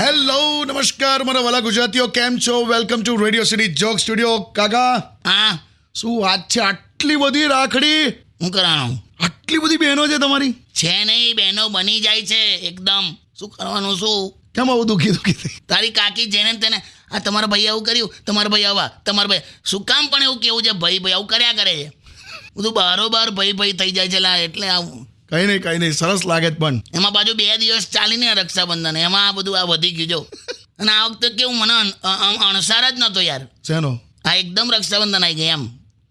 Hello નમસ્કાર મારા વાલા ગુજરાતીઓ કેમ છો welcome to radio city joke studio કાકા હા શું વાત છે આટલી બધી રાખડી હું કરવાનું આટલી બધી બહેનો છે તમારી છે નહીં બહેનો બની જાય છે એકદમ શું કરવાનું શું કેમ આવું દુઃખી દુઃખી થઈ તારી કાકી જેને ને તેને આ તમારા ભાઈ આવું કર્યું તમારા ભાઈ આવા તમારા ભાઈ શું કામ પણ એવું કેવું છે ભાઈ ભાઈ આવું કર્યા કરે છે બધું બારોબાર ભાઈ ભાઈ થઈ જાય છે લા એટલે આવું કંઈ નહીં કંઈ નહીં સરસ લાગે છે પણ એમાં બાજુ બે દિવસ ચાલીને રક્ષાબંધન એમાં આ બધું આ વધી ગયું જો અને આ વખતે કેવું મને અણ- અણ- અણસાર જ નહોતો યાર શેનો આ એકદમ રક્ષાબંધન આવી ગઈ એમ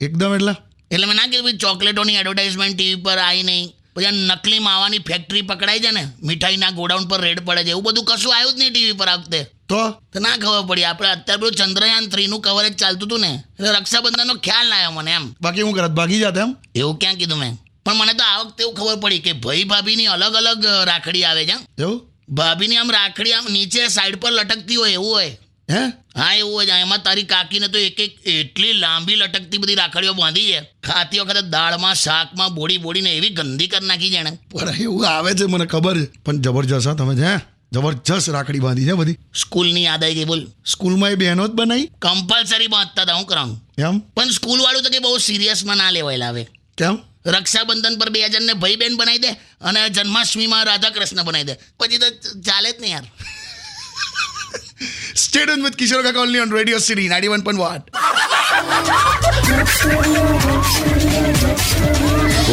એકદમ એટલે એટલે મેં ના કીધું ભાઈ ચોકલેટોની એડવર્ટાઇઝમેન્ટ ટીવી પર આવી નહીં પછી આ નકલી માવાની ફેક્ટરી પકડાઈ છે ને મીઠાઈના ગોડાઉન પર રેડ પડે છે એવું બધું કશું આવ્યું જ નહીં ટીવી પર આ વખતે તો તો ના ખબર પડી આપણે અત્યારે પેલું ચંદ્રયાન થ્રીનું કવરેજ ચાલતું હતું ને એટલે રક્ષાબંધનનો ખ્યાલ ના આવ્યો મને એમ બાકી હું કરત ભાગી જાત એમ એવું ક્યાં કીધું મેં પણ મને તો આ વખતે એવું ખબર પડી કે ભાઈ ભાભીની અલગ અલગ અ, રાખડી આવે છે એવું ભાભીની આમ રાખડી આમ નીચે સાઈડ પર લટકતી હોય એવું હોય હે હા એવું હોય છે એમાં તારી કાકીને તો એક એક એટલી લાંબી લટકતી બધી રાખડીઓ બાંધી છે ખાતી વખતે દાળમાં શાકમાં બોડી બોડીને એવી ગંદી કરી નાખી છે એણે પણ એવું આવે છે મને ખબર છે પણ જબરજસ્ત હા તમે છે હે? જબરજસ્ત રાખડી બાંધી છે બધી સ્કૂલની યાદ આવી ગઈ બોલ સ્કૂલમાં એ બહેનો જ બનાવી કમ્પલસરી બાંધતા હતા હું કરાવું એમ પણ સ્કૂલવાળું તો કે બહુ સિરિયસમાં ના લેવાયેલા હવે કેમ રક્ષાબંધન પર બે જણને ભાઈ બહેન બનાવી દે અને જન્માષ્ટમીમાં રાધાકૃષ્ણ બનાવી દે પછી તો ચાલે જ નહીં યાર સ્ટેડિયમ વિથ કિશોર કાકા only on radio city ninety one પણ વાટ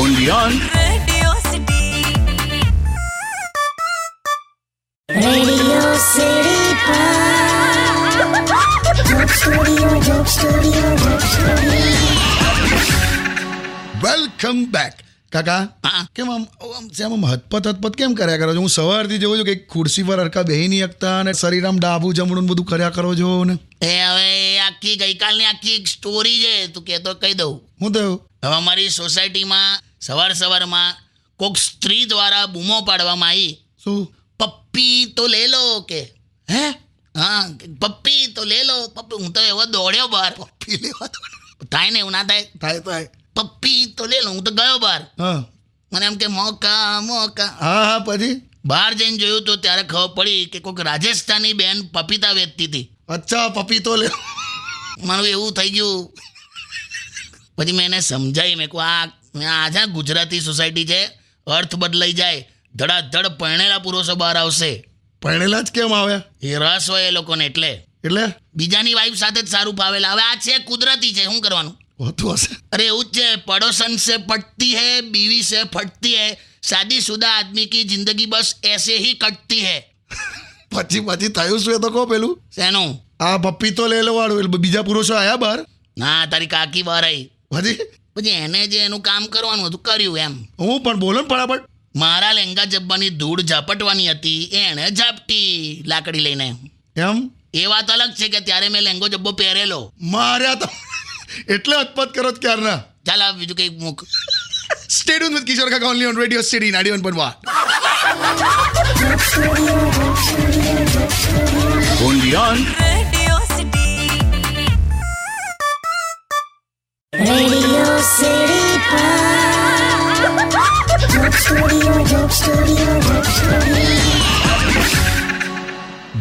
Radio City. Radio City Pod. Joke Studio, Joke Studio, Joke Studio. Welcome back કાકા હા કેમ આમ આમ જેમ આમ હતપત હતપત કેમ કર્યા કરો છો હું સવારથી જોઉં છું કે ખુરશી પર હરકા બેહી નહીં શકતા અને શરીર આમ ડાબું જમણું ને બધું કર્યા કરો છો ને એ હવે એ આખી ગઈકાલની આખી એક સ્ટોરી છે તું કહેતો કહી દઉં હું થયું હવે અમારી સોસાયટીમાં સવાર સવારમાં કોઈક સ્ત્રી દ્વારા બૂમો પાડવામાં આવી શું પપ્પી તો લે લો કે હે હા કે પપ્પી તો લે લો પપ્પી હું તો એવો દોડ્યો બહાર પી લેવા તો થાય ને એવું ના થાય થાય થાય પપ્પી તો લે લો હું તો ગયો બહાર હા મને એમ કે મોકા મોકા હા હા પછી બહાર જઈને જોયું તો ત્યારે ખબર પડી કે કોઈક રાજસ્થાની બેન પપીતા વેચતી હતી અચ્છા પપીતો લે મારું એવું થઈ ગયું પછી મેં એને સમજાવી મેં કહું આ મેં આ છે ને ગુજરાતી સોસાયટી છે અર્થ બદલાઈ જાય ધડાધડ પરણેલા પુરુષો બહાર આવશે પરણેલા જ કેમ આવે એ રસ હોય એ લોકોને એટલે એટલે બીજાની વાઈફ સાથે જ સારું ફાવેલા હવે આ છે કુદરતી છે શું કરવાનું હોતું હશે અરે એવું જ છે પડોસન સે પટતી હે બીવી સે ફટતી હે સાદી સુદા આદમી કી જિંદગી બસ એસે હી કટતી હે પછી પછી થયું શું એ તો કહો પેલું શેનું આ પપીતો લે લો વાળું એટલે બીજા પુરુષો આયા બહાર ના તારી કાકી બહાર આવી પછી પછી એને જે એનું કામ કરવાનું હતું કર્યું એમ હું પણ બોલો ને ફટાફટ મારા લહેંગા જબ્બાની ધૂળ ઝાપટવાની હતી એણે ઝાપટી લાકડી લઈને એમ એ વાત અલગ છે કે ત્યારે મેં લહેંગો જબ્બો પહેરેલો માર્યા તો એટલે હતપત કરો જ ક્યારના ચાલ આ બીજું કંઈક મૂક સ્ટેડિયમ વિથ કિશોર કાકા only on radio city ninety one Radio City. Radio City Pod. Joke Studio, Joke Studio, Joke Studio.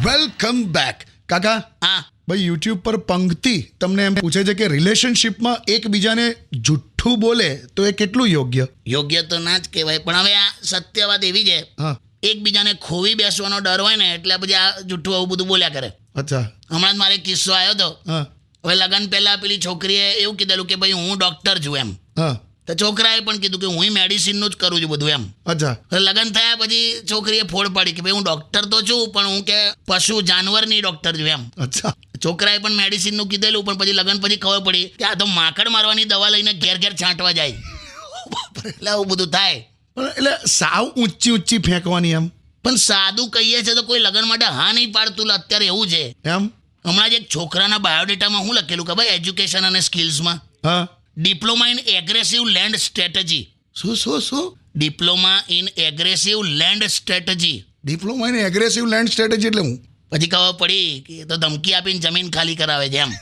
Welcome back કાકા હા ભાઈ યુટ્યુબ પર પંક્તિ તમને એમ પૂછે છે કે રિલેશનશિપમાં એકબીજાને જુઠ્ઠું બોલે તો એ કેટલું યોગ્ય યોગ્ય તો ના જ કહેવાય પણ હવે આ સત્ય વાત એવી છે હા એકબીજાને ખોવી બેસવાનો ડર હોય ને એટલે પછી આ જૂઠું આવું બધું બોલ્યા કરે અચ્છા હમણાં જ મારે એક કિસ્સો આવ્યો હતો હા હવે લગ્ન પહેલાં પેલી છોકરીએ એવું કીધેલું કે ભાઈ હું ડૉક્ટર છું એમ હા તો છોકરાએ પણ કીધું કે હું મેડિસિનનું જ કરું છું બધું એમ અચ્છા હવે લગ્ન થયા પછી છોકરીએ ફોડ પાડી કે ભાઈ હું ડૉક્ટર તો છું પણ હું કે પશુ જાનવરની ડૉક્ટર છું એમ અચ્છા છોકરાએ પણ મેડિસિનનું કીધેલું પણ પછી લગ્ન પછી ખબર પડી કે આ તો માખણ મારવાની દવા લઈને ઘેર ઘેર છાંટવા જાય એટલે આવું બધું થાય પણ એટલે સાવ ઊંચી ઊંચી ફેંકવાની એમ પણ સાદું કહીએ છે તો કોઈ લગ્ન માટે હા નહીં પાડતું લા, અત્યારે એવું છે એમ હમણાં જ એક છોકરાના બાયોડેટામાં શું લખેલું ખબર એજ્યુકેશન અને સ્કિલ્સમાં હા diploma in aggressive land strategy શું શું શું diploma in aggressive land strategy diploma એને એગ્રેસિવ લેન્ડ સ્ટ્રેટેજી એટલે હું પછી ખબર પડી કે એ તો ધમકી આપીને જમીન ખાલી કરાવે છે એમ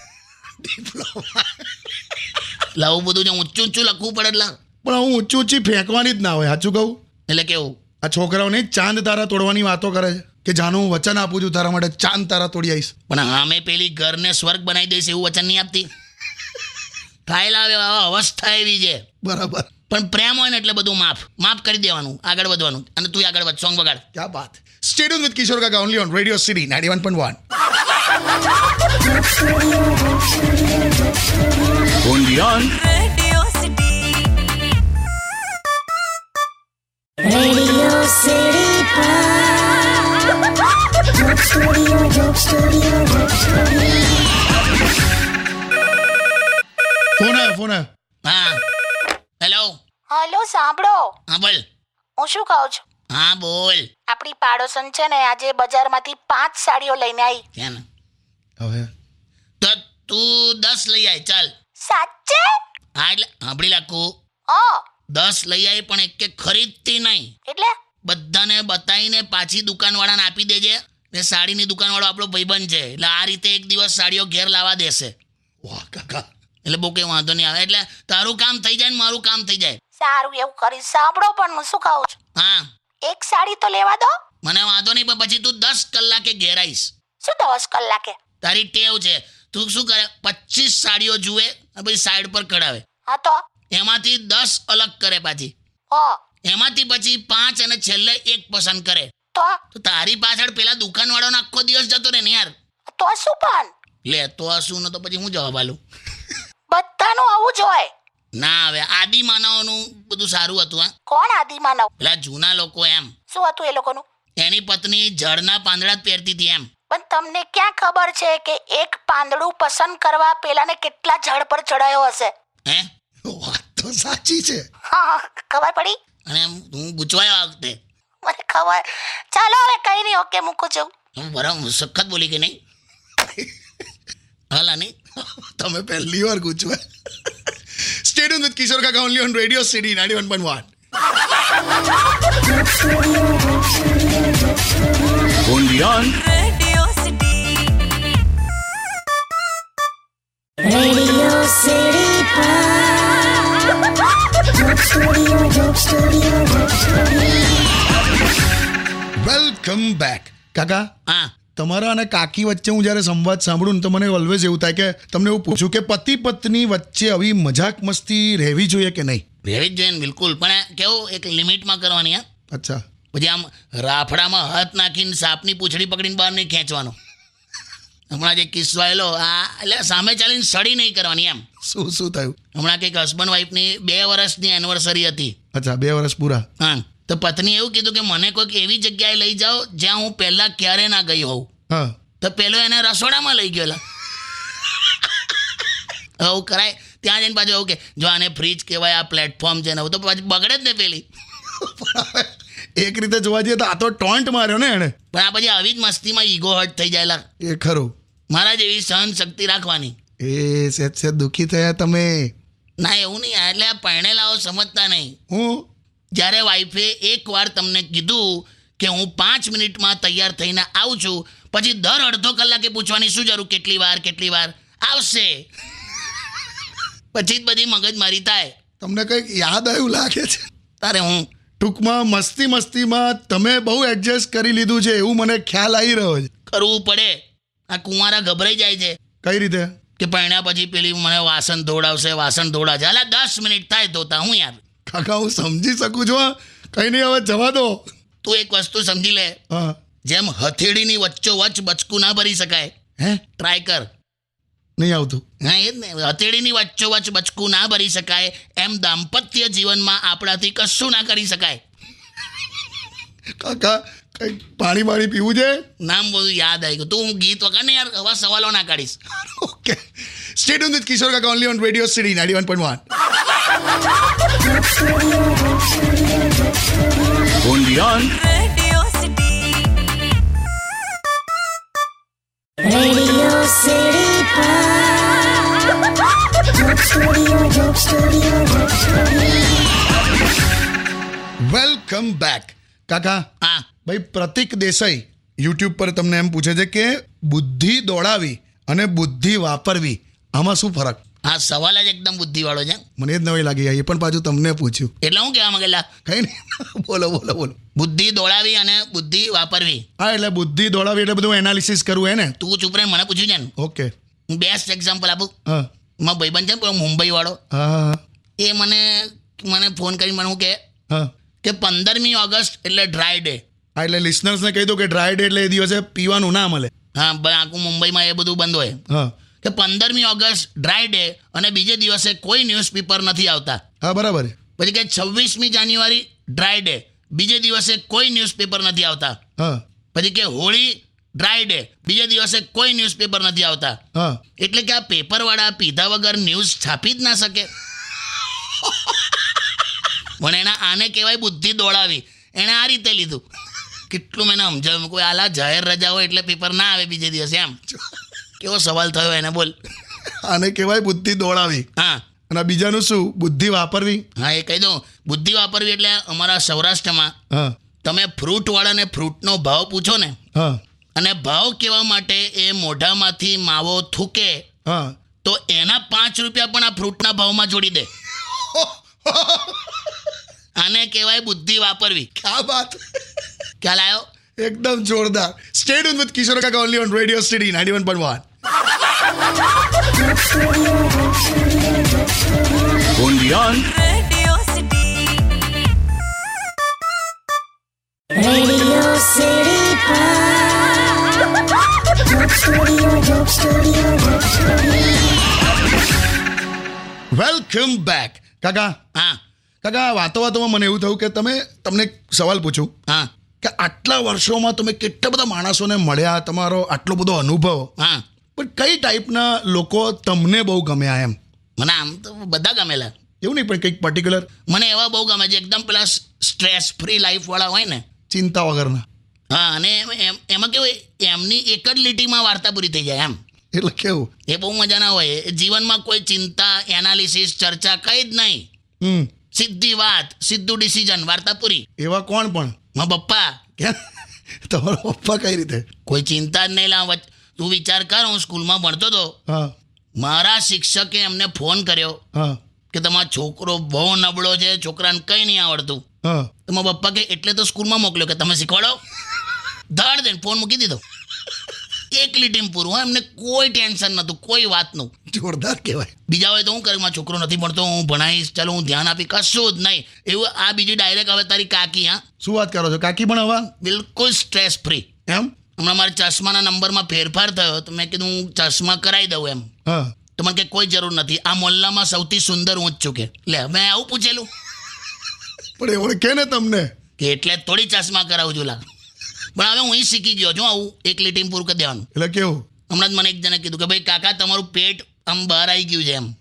એટલે આવું બધું જે ઊંચું ઊંચું લખવું પડે એટલે પણ હું ઊંચી ઊંચી ફેંકવાની જ ના હોય સાચું કહું એટલે કેવું આ છોકરાઓને ચાંદ તારા તોડવાની વાતો કરે છે કે જાનું હું વચન આપું છું તારા માટે ચાંદ તારા તોડી આવીશ પણ આમે પેલી ઘરને સ્વર્ગ બનાવી દઈશ એવું વચન નહીં આપતી ફાઇલ આવે આવા અવસ્થા એવી છે બરાબર પણ પ્રેમ હોય ને એટલે બધું માફ માફ કરી દેવાનું આગળ વધવાનું અને તું આગળ વધ સોંગ વગાડ ક્યાં બાત સ્ટેડિયમ વિથ કિશોર કાકા only on radio city ninety one point one Radio City. Radio City Pod. Joke Studio, Joke Studio, Joke Studio. Phone આવ્યો ફોન આવ્યો હા હેલો હલો સાંભળો હા બોલ હું શું કહું છું હા બોલ આપણી પાડોશન છે ને આજે બજારમાંથી પાંચ સાડીઓ લઈને આવી કેમ હવે તો તું દસ લઈ આય ચાલ સાચે હા એટલે સાંભળી લાખું ઓ દસ લઈ આવી પણ એક એક ખરીદતી નહીં એટલે બધાને બતાવીને પાછી દુકાનવાળાને આપી દેજે ને સાડીની દુકાનવાળો આપણો ભાઈબંધ છે એટલે આ રીતે એક દિવસ સાડીઓ ઘેર લાવવા દેશે વાહ કાકા એટલે બહુ કંઈ વાંધો નહીં આવે એટલે તારું કામ થઈ જાય ને મારું કામ થઈ જાય સારું એવું કરી સાંભળો પણ હું શું કહું છું હા એક સાડી તો લેવા દો મને વાંધો નહીં પણ પછી તું દસ કલાકે ઘેર આવીશ શું દસ કલાકે તારી ટેવ છે તું શું કરે પચીસ સાડીઓ જુએ અને પછી સાઈડ પર કઢાવે હા તો એમાંથી દસ અલગ કરે પાછી ઓ એમાંથી પછી પાંચ અને છેલ્લે એક પસંદ કરે તો તો તારી પાછળ પેલા દુકાનવાળાનો આખો દિવસ જતો રહે ને યાર તો શું પણ લે તો આ શું ને તો પછી હું જવાબ આલું બધાનું આવું જ હોય ના હવે આદિ માનવોનું બધું સારું હતું હા કોણ આદિમાનવ પેલા જૂના લોકો એમ શું હતું એ લોકોનું એની પત્ની જળના પાંદડા જ પહેરતી હતી એમ પણ તમને ક્યાં ખબર છે કે એક પાંદડું પસંદ કરવા પેલાને કેટલા ઝાડ પર ચડાયો હશે હે વાત તો સાચી છે હા ખબર પડી અને એમ હું ગૂંચવાયો આ વખતે મને ખબર ચાલો હવે કઈ નહીં ઓકે મૂકું છું હું બરાબર સખત બોલી કે નહીં હાલા નહીં તમે પહેલી વાર ગુજવા સ્ટેડિયમ વિથ કિશોર કાકા only on radio city ninety one point one Radio City. Radio City Pod. Joke Studio, Joke Studio, Joke Studio. Welcome back કાકા હા તમારા અને કાકી વચ્ચે હું જ્યારે સંવાદ સાંભળું ને તો મને ઓલવેઝ એવું થાય કે તમને એવું પૂછું કે પતિ પત્ની વચ્ચે આવી મજાક મસ્તી રહેવી જોઈએ કે નહીં રહેવી જ જોઈએ ને બિલકુલ પણ કેવું એક લિમિટમાં કરવાની હા અચ્છા પછી આમ રાફડામાં હાથ નાખીને સાપની પૂંછડી પકડીને બહાર નહીં ખેંચવાનો હમણાં જે કિસ્સો આવેલો આ એટલે સામે ચાલીને સડી નહીં કરવાની એમ શું શું થયું હમણાં કંઈક હસબન્ડ વાઈફની બે વર્ષની એનિવર્સરી હતી અચ્છા બે વર્ષ પૂરા હા તો પત્નીએ એવું કીધું કે મને કોઈક એવી જગ્યાએ લઈ જાઓ જ્યાં હું પહેલાં ક્યારે ના ગઈ હોઉં હા તો પેલો એને રસોડામાં લઈ ગયો લા. આવું કરાય ત્યાં જઈને પાછું એવું કે જો આને ફ્રીજ કહેવાય આ પ્લેટફોર્મ છે ને આવું તો પાછી બગડે જ ને પેલી એક રીતે જોવા જઈએ તો આ તો ટોન્ટ માર્યો ને એણે પણ આ પછી આવી જ મસ્તીમાં ઈગો હર્ટ થઈ જાય લા. એ ખરું મારા જેવી સહન શક્તિ રાખવાની એ સેજ સેજ દુઃખી થયા તમે ના એવું નહીં એટલે આ પરણેલાઓ સમજતા નહીં હું જ્યારે વાઈફે એકવાર તમને કીધું કે હું પાંચ મિનિટમાં તૈયાર થઈને આવું છું પછી દર અડધો કલાકે પૂછવાની શું જરૂર કેટલી વાર કેટલી વાર આવશે પછી જ બધી મગજમારી થાય તમને કંઈક યાદ આવ્યું લાગે છે તારે હું ટૂંકમાં મસ્તી મસ્તીમાં તમે બહુ એડજસ્ટ કરી લીધું છે એવું મને ખ્યાલ આવી રહ્યો છે કરવું પડે આ કુંવારા ગભરાઈ જાય છે કઈ રીતે કે પરણ્યા પછી પેલી મને વાસણ ધોડાવશે વાસણ ધોડાવશે હાલા દસ મિનિટ થાય ધોતા હું યાર કાકા હું સમજી શકું છું હા. કંઈ નહીં હવે જવા દો તું એક વસ્તુ સમજી લે હા જેમ હથેળીની વચ્ચોવચ બચકું ના ભરી શકાય હે ટ્રાય કર નહીં આવતું હા એ જ ને હથેળીની વચ્ચોવચ બચકું ના ભરી શકાય એમ દાંપત્ય જીવનમાં આપણાથી કશું ના કરી શકાય કાકા કંઈક પાણી બાણી પીવું છે નામ બધું યાદ આવી ગયું તું હું ગીત વગર ને યાર હવા સવાલો ના કાઢીશ ઓકે સ્ટેડિયમ વિથ કિશોર કાકા only on radio city ninety one point one Radio City. Radio City Pod. Joke Studio, Joke Studio, Joke Studio. Welcome back કાકા હા ભાઈ પ્રતિક દેસાઈ યુટ્યુબ પર તમને એમ પૂછે છે કે બુદ્ધિ દોડાવી અને બુદ્ધિ વાપરવી આમાં શું ફરક આ સવાલ જ એકદમ બુદ્ધિવાળો છે મને જ નવી લાગી આ. એ પણ પાછું તમને પૂછ્યું એટલે હું કહેવા માંગેલા કઈ નહીં બોલો બોલો બોલો બુદ્ધિ દોડાવી અને બુદ્ધિ વાપરવી હા એટલે બુદ્ધિ દોડાવી એટલે બધું એનાલિસિસ કરવું હે ને તું ચૂપ રહે મને પૂછ્યું છે ને ઓકે હું બેસ્ટ એક્ઝામ્પલ આપું હા મારો ભાઈબંધ છે ને પેલો મુંબઈવાળો હા હા એ મને મને ફોન કરી મને હું કહે હા કે પંદરમી ઓગસ્ટ એટલે ડ્રાય ડે હા એટલે લિસનર્સને કહી દો કે ડ્રાય ડે એટલે એ દિવસે પીવાનું ના મળે હા બ- આખું મુંબઈમાં એ બધું બંધ હોય હા કે પંદરમી ઓગસ્ટ ડ્રાય ડે અને બીજે દિવસે કોઈ ન્યૂઝપેપર નથી આવતા હા બરાબર છે. પછી કે છવ્વીસમી જાન્યુઆરી ડ્રાય ડે બીજે દિવસે કોઈ ન્યૂઝપેપર નથી આવતા હા પછી કે હોળી ડ્રાય ડે બીજે દિવસે કોઈ ન્યૂઝપેપર નથી આવતા હા એટલે કે આ પેપરવાળા પીધા વગર ન્યૂઝ છાપી જ ના શકે પણ એના આને કહેવાય બુદ્ધિ દોડાવી એણે આ રીતે લીધું કેટલું મેં એને સમજાવ્યું કોઈ આલા જાહેર રજા હોય એટલે પેપર ના આવે બીજે દિવસે એમ કેવો સવાલ થયો એને બોલ આને કહેવાય બુદ્ધિ દોડાવી હા અને બીજાનું શું બુદ્ધિ વાપરવી હા એ કહી દઉં બુદ્ધિ વાપરવી એટલે અમારા સૌરાષ્ટ્રમાં હા તમે ફ્રૂટવાળાને ફ્રૂટનો ભાવ પૂછો ને હા અને ભાવ કહેવા માટે એ મોઢામાંથી માવો થૂકે હા તો એના પાંચ રૂપિયા પણ આ ફ્રૂટના ભાવમાં જોડી દે આને કહેવાય બુદ્ધિ વાપરવી આ વાત ખ્યાલ આવ્યો એકદમ જોરદાર સ્ટેડ ઉન વિથ કિશોર કાકા only on radio city ninety one point one Radio City. Radio City Pod. Joke Studio, Joke Studio, Joke Studio. Welcome back કાકા હા કાકા વાતો વાતોમાં મને એવું થયું કે તમે તમને એક સવાલ પૂછું હા કે આટલા વર્ષોમાં તમે કેટલા બધા માણસોને મળ્યા તમારો આટલો બધો અનુભવ હા પણ કઈ ટાઈપના લોકો તમને બહુ ગમ્યા એમ મને આમ તો બધા ગમેલા એવું નહીં પણ કંઈક પર્ટિક્યુલર મને એવા બહુ ગમે છે એકદમ પેલા સ્ટ્રેસ ફ્રી લાઈફવાળા હોય ને ચિંતા વગરના હા અને એમ- એમ- એમાં કેવું હોય, એમની એક જ લીટીમાં વાર્તા પૂરી થઈ જાય એમ એટલે કેવું એ બહુ મજાના હોય એ જીવનમાં કોઈ ચિંતા એનાલિસિસ ચર્ચા કંઈ જ નહીં હમ સીધી વાત સીધું ડિસિઝન વાર્તા પૂરી એવા કોણ પણ માં પપ્પા કેમ તમારો પપ્પા કઈ રીતે કોઈ ચિંતા જ નહીં લાવ તું વિચાર કર હું સ્કૂલમાં ભણતો હતો હા મારા શિક્ષકે એમને ફોન કર્યો હા કે તમારો છોકરો બહુ નબળો છે છોકરાને કંઈ નહીં આવડતું હા તો મારા પપ્પા કે એટલે તો સ્કૂલમાં મોકલ્યો કે તમે શીખવાડો ધડ દે ફોન મૂકી દીધો એક લીટીમ પૂરું હા એમને કોઈ ટેન્શન નહોતું કોઈ વાતનું જોરદાર કહેવાય બીજા હોય તો હું કરું મારો છોકરો નથી ભણતો હું ભણાવીશ ચાલો હું ધ્યાન આપી કશું જ નહીં એવું આ બીજી ડાયરેક્ટ હવે તારી કાકી હા શું વાત કરો છો કાકી પણ હવા બિલકુલ સ્ટ્રેસ ફ્રી એમ હમણાં મારા ચશ્માના નંબરમાં ફેરફાર થયો તો મેં કીધું હું ચશ્મા કરાવી દઉં એમ હા તો મને કે કોઈ જરૂર નથી આ મોલ્લામાં સૌથી સુંદર હું જ છું કે લે મેં આવું પૂછેલું પણ એવડે કે ને તમને કે એટલે જ થોડી ચશ્મા કરાવું છું લા પણ હવે હું ઈ શીખી ગયો છું આવું એક લીટીમ પૂરું કરી દેવાનું એટલે કેવું હમણાં જ મને એક જણે કીધું કે ભાઈ કાકા તમારું પેટ આમ બહાર આવી ગયું છે એમ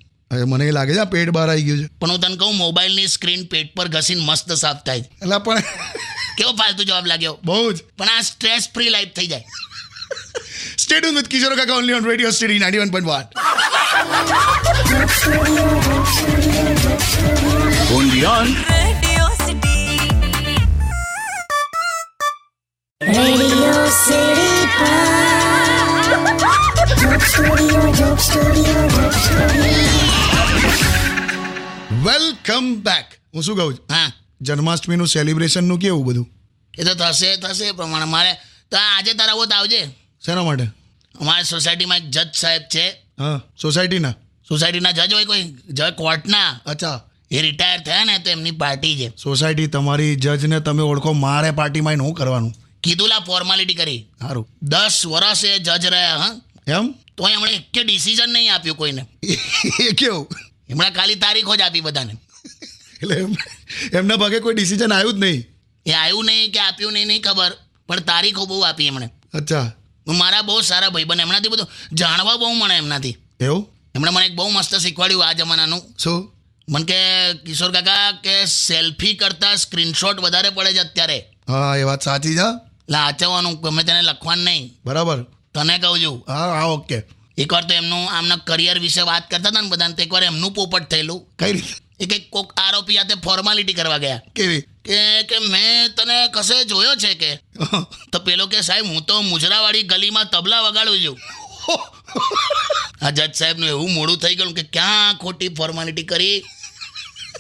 હવે મને એ લાગે છે આ પેટ બહાર આવી ગયું છે પણ હું તને કહું મોબાઈલની સ્ક્રીન પેટ પર ઘસીને મસ્ત સાફ થાય છે એટલે પણ કેવો ફાલતુ જવાબ લાગ્યો બહુ જ પણ આ સ્ટ્રેસ ફ્રી લાઈફ થઈ જાય સ્ટેડ વિથ કિશોર કાકા only on radio city ninety one point one Radio City. Radio City Pod. Joke Studio, Joke Studio, Joke Studio. Welcome back હું શું કહું છું હા જન્માષ્ટમીનું સેલિબ્રેશનનું કેવું બધું એ તો થશે થશે એ પ્રમાણે મારે તો આ આજે તારા આવો તો આવજે શેના માટે અમારી સોસાયટીમાં એક જજ સાહેબ છે હા સોસાયટીના સોસાયટીના જજ હોય કોઈ જજ કોર્ટના અચ્છા એ રિટાયર થયા ને તો એમની પાર્ટી છે સોસાયટી તમારી જજને તમે ઓળખો મારે પાર્ટીમાં એને હું કરવાનું કીધુલા ફોર્માલિટી કરી સારું દસ વર્ષ એ જજ રહ્યા હા એમ તો એમણે એક ડિસિઝન નહીં આપ્યું કોઈને એ કેવું એમણે ખાલી તારીખો જ આપી બધાને એટલે એમ એમના ભાગે કોઈ ડિસિઝન આવ્યું જ નહીં એ આવ્યું નહીં કે આપ્યું નહીં નહીં ખબર પણ તારીખો બહુ આપી એમણે અચ્છા મારા બહુ સારા ભાઈબંધ એમનાથી બધું જાણવા બહુ મળે એમનાથી એવું એમણે મને એક બહુ મસ્ત શીખવાડ્યું આ જમાનાનું શું મને કે કિશોર કાકા કે સેલ્ફી કરતાં સ્ક્રીનશોટ વધારે પડે છે અત્યારે હા એ વાત સાચી છે હા. એટલે આચવવાનું ગમે તેને લખવાનું નહીં બરાબર તને કહું છું હા હા ઓકે એકવાર તો એમનું આમના કરિયર વિશે વાત કરતા હતા ને બધાને તો એકવાર એમનું પોપટ થયેલું કઈ રીતે એ કંઈક કોક આરોપી સાથે ફોર્માલિટી કરવા ગયા કેવી કે કે મેં તને કશે જોયો છે કે હા. તો પેલો કે સાહેબ હું તો મુજરાવાળી ગલીમાં તબલા વગાડું છું આ જજ સાહેબનું એવું મોડું થઈ ગયું કે ક્યાં ખોટી ફોર્માલિટી કરી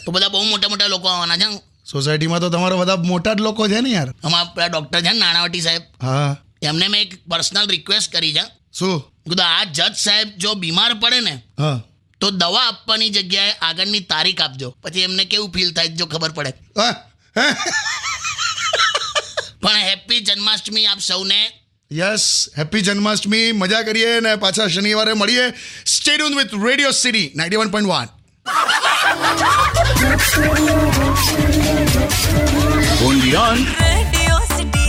તો બધા બહુ મોટા મોટા લોકો આવવાના છે સોસાયટીમાં તો તમારા બધા મોટા જ લોકો છે ને યાર અમારા પેલા ડૉક્ટર છે ને નાણાવટી સાહેબ હા એમને મેં એક પર્સનલ રિક્વેસ્ટ કરી છે શું મેં કીધું આ જજ સાહેબ જો બીમાર પડે ને હા તો દવા આપવાની જગ્યાએ આગળની તારીખ આપજો પછી એમને કેવું ફીલ થાય જો ખબર પડે હા, હે? પણ હેપી જન્માષ્ટમી આપ સૌને યસ હેપી જન્માષ્ટમી મજા કરીએ ને પાછા શનિવારે મળીએ stadium with radio city ninety one point one only on Radio City.